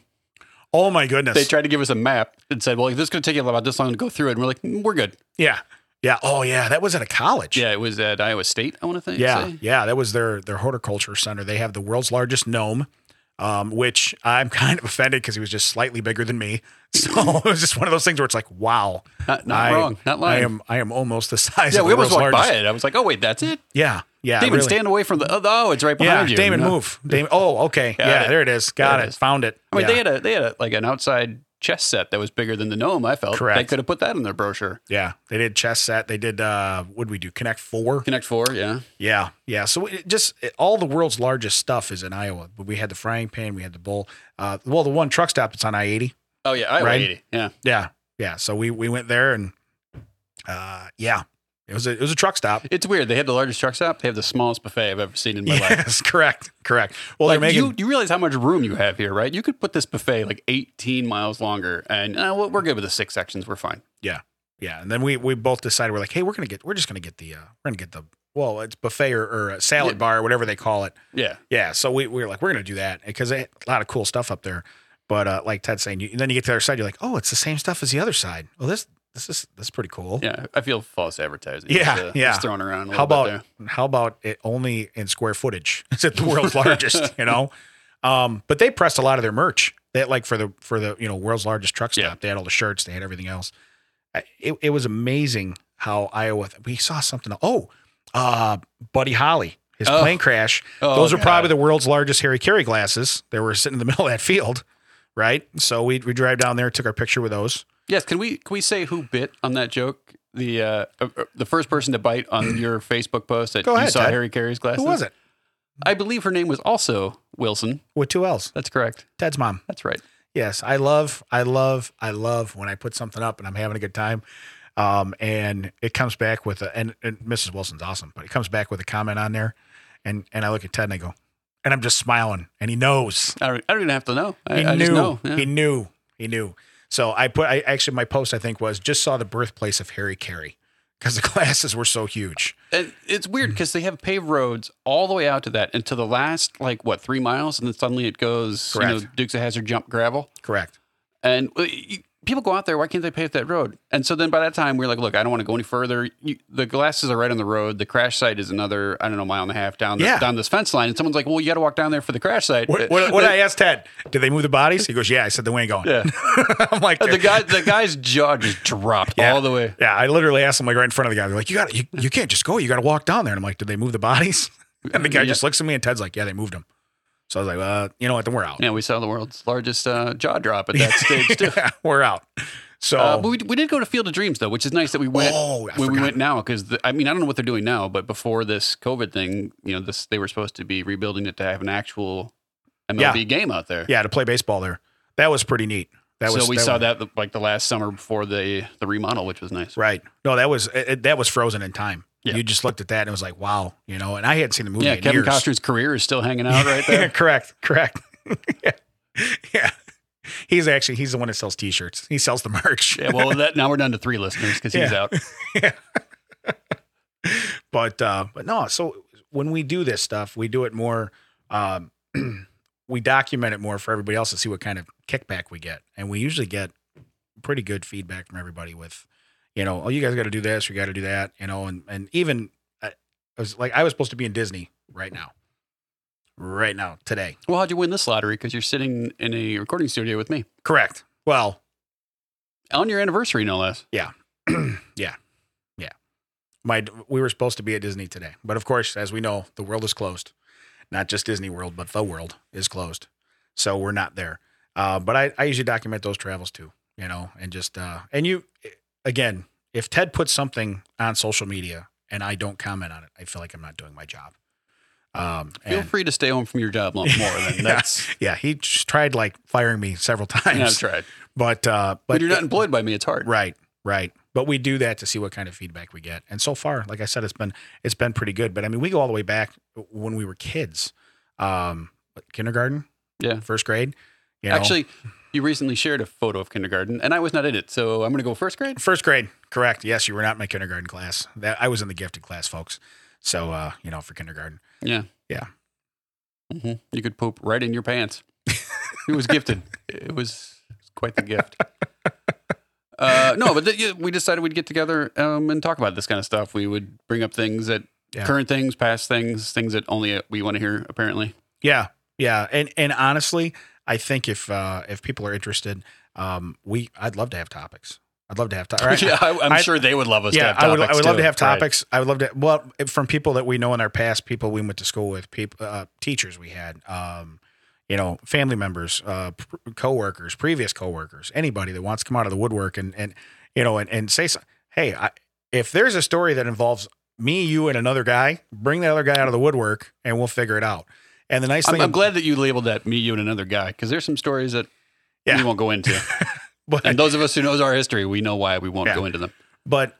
A: Oh my goodness.
B: They tried to give us a map and said, "Well, this is going to take you about this long to go through it." And we're like, "Mm, "We're good."
A: yeah, yeah. Oh yeah, that was at a college.
B: Yeah, it was at Iowa State. I want to think.
A: yeah,
B: say.
A: yeah. That was their their horticulture center. They have the world's largest gnome. Um, which I'm <laughs> kind of offended because he was just slightly bigger than me. <laughs> So it was just one of those things where it's like, wow,
B: not, not
A: I-
B: wrong, not lying.
A: I am I am almost the <laughs> size.
B: yeah,
A: of
B: we
A: the world's
B: almost walked
A: largest.
B: by it. I was like, "Oh wait, that's it."
A: Yeah, yeah.
B: Damon,
A: really.
B: stand away from the. Oh, oh, it's right
A: Yeah,
B: behind you.
A: Damon,
B: No.
A: move. Damon. Oh, okay.
B: Got
A: yeah,
B: it.
A: there it is. Got
B: There it
A: it.
B: is.
A: Found it.
B: I mean,
A: Yeah.
B: they had a they had a, like an outside chess set that was bigger than the gnome. I felt
A: Correct.
B: They could have put that in their brochure.
A: yeah, they did chess set. They did. uh What did we do? Connect four.
B: Connect Four, yeah.
A: Yeah, yeah. So it just it, all the world's largest stuff is in Iowa. But we had the frying pan. We had the bowl. Uh, well, the one truck stop. It's on I eighty.
B: Oh yeah, Iowa
A: Right.
B: eighty. Yeah,
A: Yeah, yeah. So we we went there and uh yeah, it was a it was a truck stop.
B: it's weird. They have the largest truck stop. They have the smallest buffet I've ever seen <laughs> in my life.
A: Yes, correct, correct. Well,
B: Like
A: they're making
B: you, you realize how much room you have here, right? You could put this buffet like 18 miles longer, and uh, well, we're good with the six sections. We're fine.
A: Yeah, and then we we both decided we're like, hey, we're gonna get we're just gonna get the uh, we're gonna get the well, it's buffet or, or a salad
B: Yeah.
A: bar or whatever they call it.
B: Yeah,
A: Yeah, so we, we were like, we're gonna do that because they had a lot of cool stuff up there. But uh, like Ted's saying, you, then you get to the other side, you're like, oh, it's the same stuff as the other side. Well, this this is this is pretty cool.
B: Yeah, I feel false advertising.
A: Yeah,
B: is,
A: yeah.
B: is thrown around. A
A: how
B: little bit
A: about
B: there.
A: how about it only in square footage? <laughs> Is it the world's largest? <laughs> You know, um, but they pressed a lot of their merch. They had, like for the for the you know world's largest truck stop.
B: Yeah.
A: They had all the shirts. They had everything else. I- It, it was amazing how Iowa. We saw something. Oh, uh, Buddy Holly, his
B: Oh.
A: plane crash.
B: Oh,
A: Those are
B: God.
A: probably the world's largest Harry Carey glasses. They were sitting in the <laughs> middle of that field, right? So we we drive down there, took our picture with those.
B: Yes, can we can we say who bit on that joke? The uh, uh, uh, the first person to bite
A: <clears throat>
B: on your Facebook post that
A: Go
B: you
A: ahead,
B: saw
A: Ted.
B: Harry Carey's glasses.
A: Who was it?
B: I believe her name was also Wilson.
A: With two L's.
B: That's correct.
A: Ted's mom.
B: That's right.
A: Yes, I love, I love, I love when I put something up and I'm having a good time, um, and it comes back with a and, and Mrs. Wilson's awesome, but it comes back with a comment on there, and and I look at Ted and I go, and I'm just smiling, and he knows,
B: I don't, I don't even have to know. I,
A: he
B: I
A: knew,
B: just know. Yeah.
A: he knew, he knew. So I put, I actually my post I think was just saw the birthplace of Harry Carey because the <laughs> glasses were so huge.
B: And it's weird because they have paved roads all the way out to that and to the last like what three miles, and then suddenly it goes you know
A: Correct.
B: Dukes of Hazard jump gravel.
A: Correct.
B: And uh, you- people go out there. Why can't they pave that road? And so then by that time, we're like, look, I don't want to go any further. You, the glasses are right on the road. The crash site is another, I don't know, mile and a half down the,
A: Yeah.
B: down this fence line. And someone's like, well, you got to walk down there for the crash site.
A: What, what, what I asked Ted, did they move the bodies? He goes, yeah. I said the way going.
B: <laughs> Yeah.
A: <laughs> I'm like
B: the guy, the guy's jaw just dropped
A: Yeah.
B: all the way.
A: Yeah, I literally asked him like right in front of the guy. They're like, "You got you, you can't just go. You got to walk down there." And I'm like, "Did they move the bodies?" <laughs> And the guy
B: Yeah.
A: just looks at me, and Ted's like, "Yeah, they moved them." So I was like, "Uh, you know what? Then we're out.
B: Yeah, we saw the world's largest uh, jaw drop at
A: <laughs>
B: that
A: Oh.
B: stage too.
A: we're out." So
B: Uh, but we, we did go to Field of Dreams though, which is nice that we went
A: Oh, I
B: when we
A: forgot.
B: went now because I mean I don't know what they're doing now, but before this COVID thing, you know, this they were supposed to be rebuilding it to have an actual MLB game out there.
A: yeah, to play baseball there, that was pretty neat. That was
B: so we
A: that
B: saw
A: was-
B: that the- like the last summer before the the remodel, which was nice.
A: right. No, that was it, it- that was frozen in time.
B: Yeah.
A: You just looked at that and it was like, "Wow," you know. And I hadn't seen the movie.
B: Yeah,
A: in
B: Kevin
A: years. <laughs>
B: Costner's career is still hanging out right there.
A: correct, correct. <laughs> yeah, yeah. He's actually he's the one that sells T-shirts. He sells the merch.
B: yeah, well, that now we're down to three listeners because he's
A: Yeah.
B: out.
A: but uh, but no. So when we do this stuff, we do it more. Um, <clears throat> we document it more for everybody else to see what kind of kickback we get, and we usually get pretty good feedback from everybody. With you know, oh, you guys got to do this, you got to do that, you know, and and even I I was like, I was supposed to be in Disney right now, right now today.
B: Well, how'd you win this lottery? Because you're sitting in a recording studio with me
A: Correct. Well,
B: on your anniversary, no less.
A: yeah, yeah. My we were supposed to be at Disney today, but of course, as we know, the world is closed. Not just Disney World, but the world is closed, so we're not there. Uh, but I, I usually document those travels too, you know, and just uh, and you again, if Ted puts something on social media and I don't comment on it, I feel like I'm not doing my job. Um,
B: Feel
A: and
B: free to stay home from your job more.
A: Yeah. <laughs>
B: Than that's
A: yeah, he just tried like firing me several <laughs> times,
B: yeah, that's right.
A: but uh, but
B: when you're not employed by me, it's hard.
A: Right, right. But we do that to see what kind of feedback we get. And so far, like I said, it's been it's been pretty good. But I mean, we go all the way back when we were kids, um, kindergarten,
B: Yeah.
A: first grade. You know?
B: Actually, you recently shared a photo of kindergarten, and I was not in it, so I'm going to go first grade.
A: first grade, correct? Yes, you were not in my kindergarten class. That I was in the gifted class, folks. So uh, you know, for kindergarten,
B: Yeah,
A: Yeah.
B: hmm You could poop right in your pants. it was gifted. It was quite the gift. Uh, no, but th- yeah, we decided we'd get together um, and talk about this kind of stuff. We would bring up things that
A: Yeah.
B: current things, past things, things that only uh, we want to hear. Apparently,
A: yeah, yeah. And and honestly, I think if uh, if people are interested, um, we I'd love to have topics. I'd love to have topics.
B: <laughs> yeah, I, I'm
A: I-
B: sure they would love us. to have
A: I would. I
B: topics,
A: would love
B: too.
A: to have
B: Right.
A: topics. I would love to. Well, from people that we know in our past, people we went to school with, people, uh, teachers we had, um, you know, family members, uh, pr- coworkers, previous coworkers, anybody that wants to come out of the woodwork and and you know and and say, so- hey, I, if there's a story that involves me, you, and another guy, bring that other guy out of the woodwork, and we'll figure it out. And the nice
B: I'm,
A: thing,
B: I'm glad that you labeled that me, you, and another guy because there's some stories that
A: Yeah.
B: we won't go into.
A: <laughs> but
B: and those of us who knows our history, we know why we won't
A: Yeah.
B: go into them.
A: but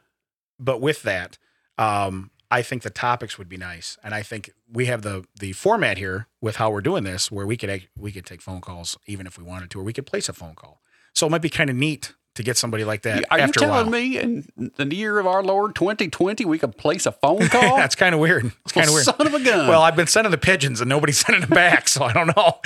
A: but with that um i think the topics would be nice and i think we have the the format here with how we're doing this where we could act- we could take phone calls even if we wanted to or we could place a phone call so it might be kind of neat to get somebody like that.
B: Are you
A: after a while.
B: telling me in the year of our Lord 2020 we could place a <laughs> phone
A: <laughs>
B: call?
A: That's kind of weird. It's kind of weird.
B: Oh, Son of a gun. <laughs>
A: Well, I've been sending the pigeons and <laughs> nobody's sending them back, so I don't know.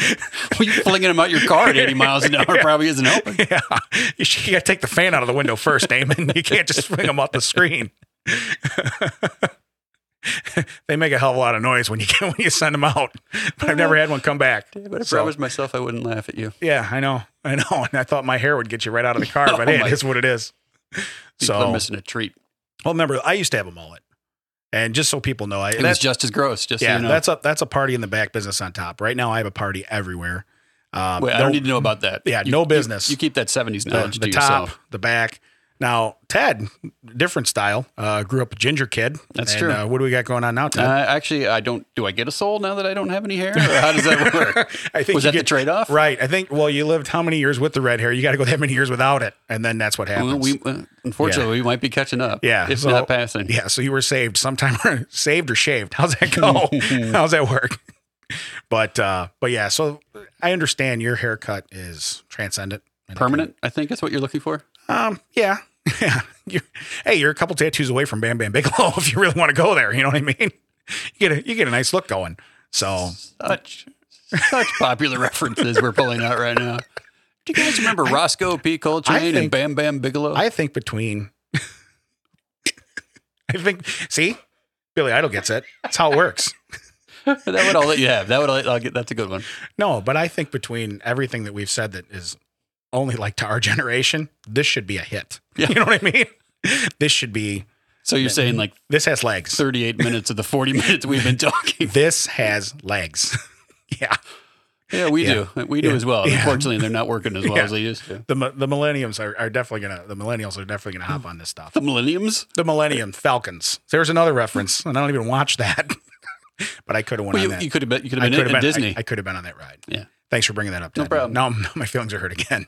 B: you flinging them out your car <laughs> at 80 miles an hour probably isn't helping.
A: yeah, <laughs> you, sh- you got to take the fan out of the window first, Damon. you can't just fling them off the screen. <laughs> they make a hell of a lot of noise when you get, when you send them out, but I've never had one come back.
B: But I
A: So-
B: promised myself I wouldn't laugh at you.
A: yeah, I know, I know, and I thought my hair would get you right out of the car, but
B: <laughs> Oh
A: hey,
B: my-
A: it is what it is.
B: People
A: So,
B: are missing a treat.
A: well, remember, I used to have a mullet, and just so people know, I
B: It was just as gross. Just
A: yeah,
B: so you know.
A: that's a that's a party in the back business on top. Right now, I have a party everywhere. Um,
B: Wait, I
A: no-
B: don't need to know about that.
A: Yeah,
B: You-
A: no
B: you-
A: business.
B: You, keep that 70s
A: the,
B: knowledge
A: the
B: to
A: top,
B: yourself.
A: the back. Now, Ted, different style. Uh, grew up a ginger kid.
B: That's
A: And,
B: true.
A: Uh, what do we got going on now,
B: Uh,
A: Ted?
B: actually, I don't. Do I get a soul now that I don't have any <laughs> hair? Or how does that <laughs> work?
A: I think
B: was
A: you
B: that the
A: get-
B: trade-off?
A: Right. I think. Well, you lived how many years with the red hair? You got to go that many years without it, and then that's what happens.
B: Well, we uh, unfortunately we might be catching up.
A: yeah.
B: if
A: so-
B: not passing.
A: Yeah. So you were saved sometime, <laughs> saved or shaved. How's that
B: <laughs>
A: go? How's that work? But uh, but yeah. So I understand your haircut is transcendent, and it can-
B: Permanent, I think is what you're looking for.
A: Um, yeah, <laughs> yeah. You're, hey, you're a couple tattoos away from Bam Bam Bigelow <laughs> if you really want to go there. You know what I mean? You get a you get a nice look going. So
B: Such such popular references we're pulling out right now. Do you guys remember Roscoe P. Coltrane and
A: think-
B: Bam Bam Bigelow?
A: I think between, <laughs> I think see, Billy Idol gets it. That's how it works.
B: that would I'll let you have. That would I'll, I'll get. That's a good one.
A: No, but I think between everything that we've said that is only like to our generation, this should be a hit.
B: Yeah.
A: You know what I mean? This should be.
B: So you're saying like
A: This has legs.
B: 38 minutes of the 40 <laughs> minutes we've been talking.
A: This has legs. <laughs> yeah.
B: Yeah, we
A: <laughs> Yeah.
B: do. We do
A: Yeah.
B: as well.
A: Yeah.
B: Unfortunately, they're not working as well
A: Yeah.
B: as they used to.
A: The, mi- the millenniums are, are definitely gonna the millennials are definitely gonna
B: Hmm.
A: hop on this stuff.
B: The millenniums.
A: The Millennium Falcons. There's another reference, and I don't even watch that, <laughs> but I could have went
B: Well,
A: on
B: you,
A: that.
B: you could have been. You could
A: I
B: have been
A: could
B: at
A: have been.
B: Disney.
A: I, could have been on that ride.
B: Yeah.
A: Thanks for bringing that up.
B: No
A: Ted.
B: problem.
A: Now, <laughs> now my feelings are hurt again.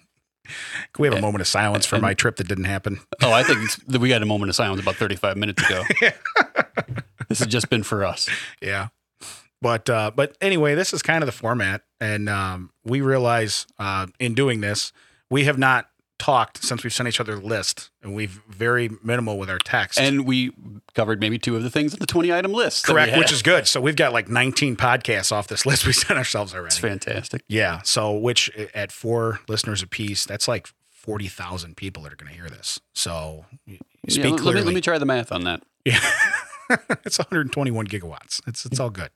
A: Can we have a moment of silence for my trip that didn't happen?
B: oh, I think it's- that we had a moment of silence about 35 minutes
A: <laughs>
B: ago. this has just been for us.
A: Yeah. But uh, but anyway, this is kind of the format, and um, we realize uh, in doing this, we have not talked since we've sent each other the list, and we've very minimal with our text.
B: And we covered maybe two of the things on the 20 item list. that we
A: correct,
B: had.
A: which is good. So we've got like 19 podcasts off this <laughs> list we sent ourselves already.
B: It's fantastic.
A: Yeah. So, which at four listeners apiece, that's like 40,000 people that are going to hear this. So, you speak
B: Yeah, let- let,
A: clearly.
B: me, let me try the math on that.
A: yeah. <laughs> it's 121 gigawatts. It's, it's all good.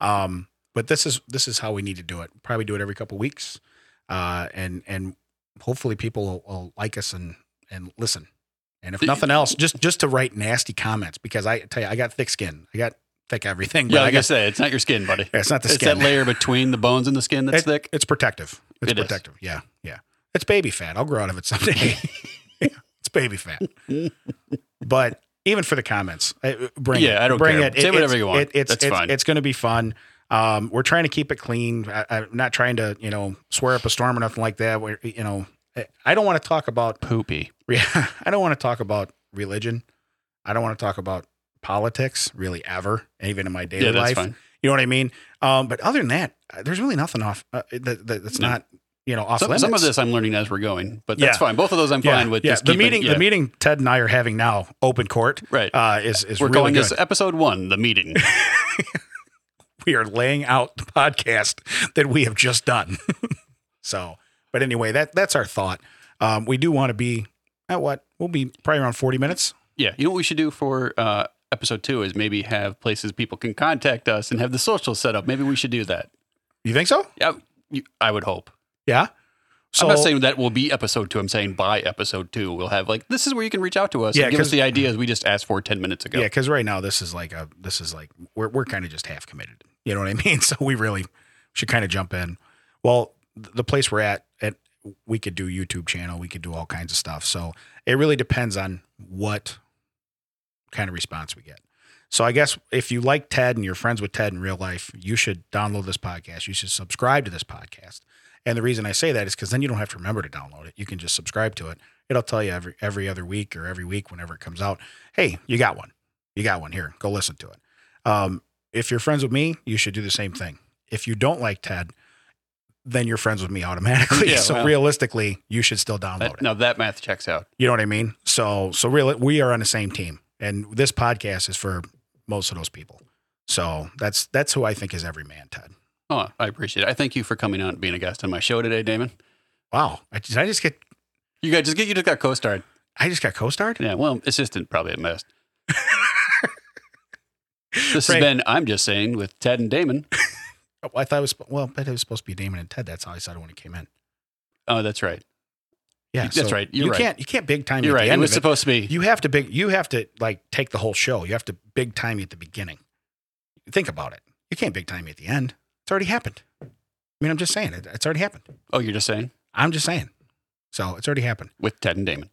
A: Um, but this is, this is how we need to do it. Probably do it every couple weeks. Uh, and, and hopefully people will, will like us and, and listen. And if
B: Y-
A: nothing else, just, just to write nasty comments because I tell you, I got thick skin. I got thick everything. But
B: Yeah,
A: I
B: like I
A: got,
B: say, it's not your skin, buddy.
A: it's not <laughs> the
B: It's
A: skin.
B: that layer between the bones and the skin that's
A: It-
B: thick.
A: It's protective. It's
B: It is.
A: protective. Yeah. Yeah. It's baby fat. I'll grow out of it
B: <laughs>
A: someday. Yeah, it's baby fat. but even for the comments, I- bring
B: Yeah,
A: it.
B: I don't
A: bring
B: care.
A: it.
B: Say
A: It-
B: whatever
A: it's-
B: you want.
A: it- it's
B: That's
A: it's,
B: fine.
A: It's going to be fun. Um, we're trying to keep it clean. I, I'm not trying to, you know, swear up a storm or nothing like that. Where you know, I- I don't want to talk about
B: Poopy.
A: yeah, <laughs> I don't want to talk about religion. I don't want to talk about politics really ever, even in my daily
B: Yeah, that's
A: life.
B: fine.
A: You know what I mean? Um, but other than that, uh, there's really nothing off uh, that, that, that's
B: No.
A: not you know off
B: Some,
A: limits.
B: some of this I'm learning as we're going, but that's
A: Yeah.
B: fine. Both of those I'm
A: yeah,
B: fine with.
A: yeah.
B: just
A: the
B: keeping-
A: meeting
B: yeah.
A: the meeting Ted and I are having now, open court,
B: Right.
A: uh, is is
B: We're
A: really
B: calling
A: good.
B: this episode one,
A: <laughs>
B: the meeting.
A: we are laying out the podcast that we have just done. <laughs> so, but anyway, that that's our thought. Um, we do want to be at what we'll be probably around 40 minutes.
B: Yeah. You know what we should do for uh, episode two is maybe have places people can contact us and have the social set up. Maybe we should do that.
A: You think so?
B: Yeah, you- I would hope.
A: Yeah. So
B: I'm not saying that will be episode two. I'm saying by episode two, we'll have like, this is where you can reach out to us
A: Yeah,
B: and give us
A: 'cause-
B: the ideas we just asked for 10 minutes ago.
A: Yeah, because right now this is like a this is like we're we're kind of just half committed. You know what I <laughs> mean? So we really should kind of jump in. Well, th- the place we're at, at we could do YouTube channel, we could do all kinds of stuff. So it really depends on what kind of response we get. So I guess if you like Ted and you're friends with Ted in real life, you should download this podcast. You should subscribe to this podcast. And the reason I say that is because then you don't have to remember to download it. You can just subscribe to it. It'll tell you every every other week or every week whenever it comes out. Hey, you got one. You got one here. Go listen to it. Um, if you're friends with me, you should do the same thing. If you don't like Ted, then you're friends with me automatically.
B: <laughs>
A: <laughs>
B: Yeah,
A: so
B: well.
A: realistically, you should still download it.
B: That, now that math checks out.
A: You know what I mean? So so really we are on the same team. And this podcast is for most of those people. So that's that's who I think is every man, Ted.
B: Oh, I appreciate it. I thank you for coming out and being a guest on my show today, Damon.
A: Wow. I, did I just get
B: You guys just get you just got co-starred.
A: I just got co-starred?
B: Yeah, well, assistant probably at
A: <laughs>
B: best.
A: Right.
B: this has been I'm just saying with Ted and Damon.
A: Oh, I thought it was well, but it was supposed to be Damon and Ted. That's how I said it when it came in.
B: Oh, that's right.
A: Yeah.
B: That's right. You're
A: you
B: right.
A: can't you can't big time
B: You're
A: at
B: right.
A: the
B: It
A: end
B: was
A: of it.
B: supposed to be.
A: You have to big you have to like take the whole show. You have to big time you at the beginning. Think about it. You can't big time you at the end. It's already happened. I mean, I'm just saying it, it's already happened.
B: oh, you're just saying
A: I'm just saying. So it's already happened.
B: with Ted and Damon.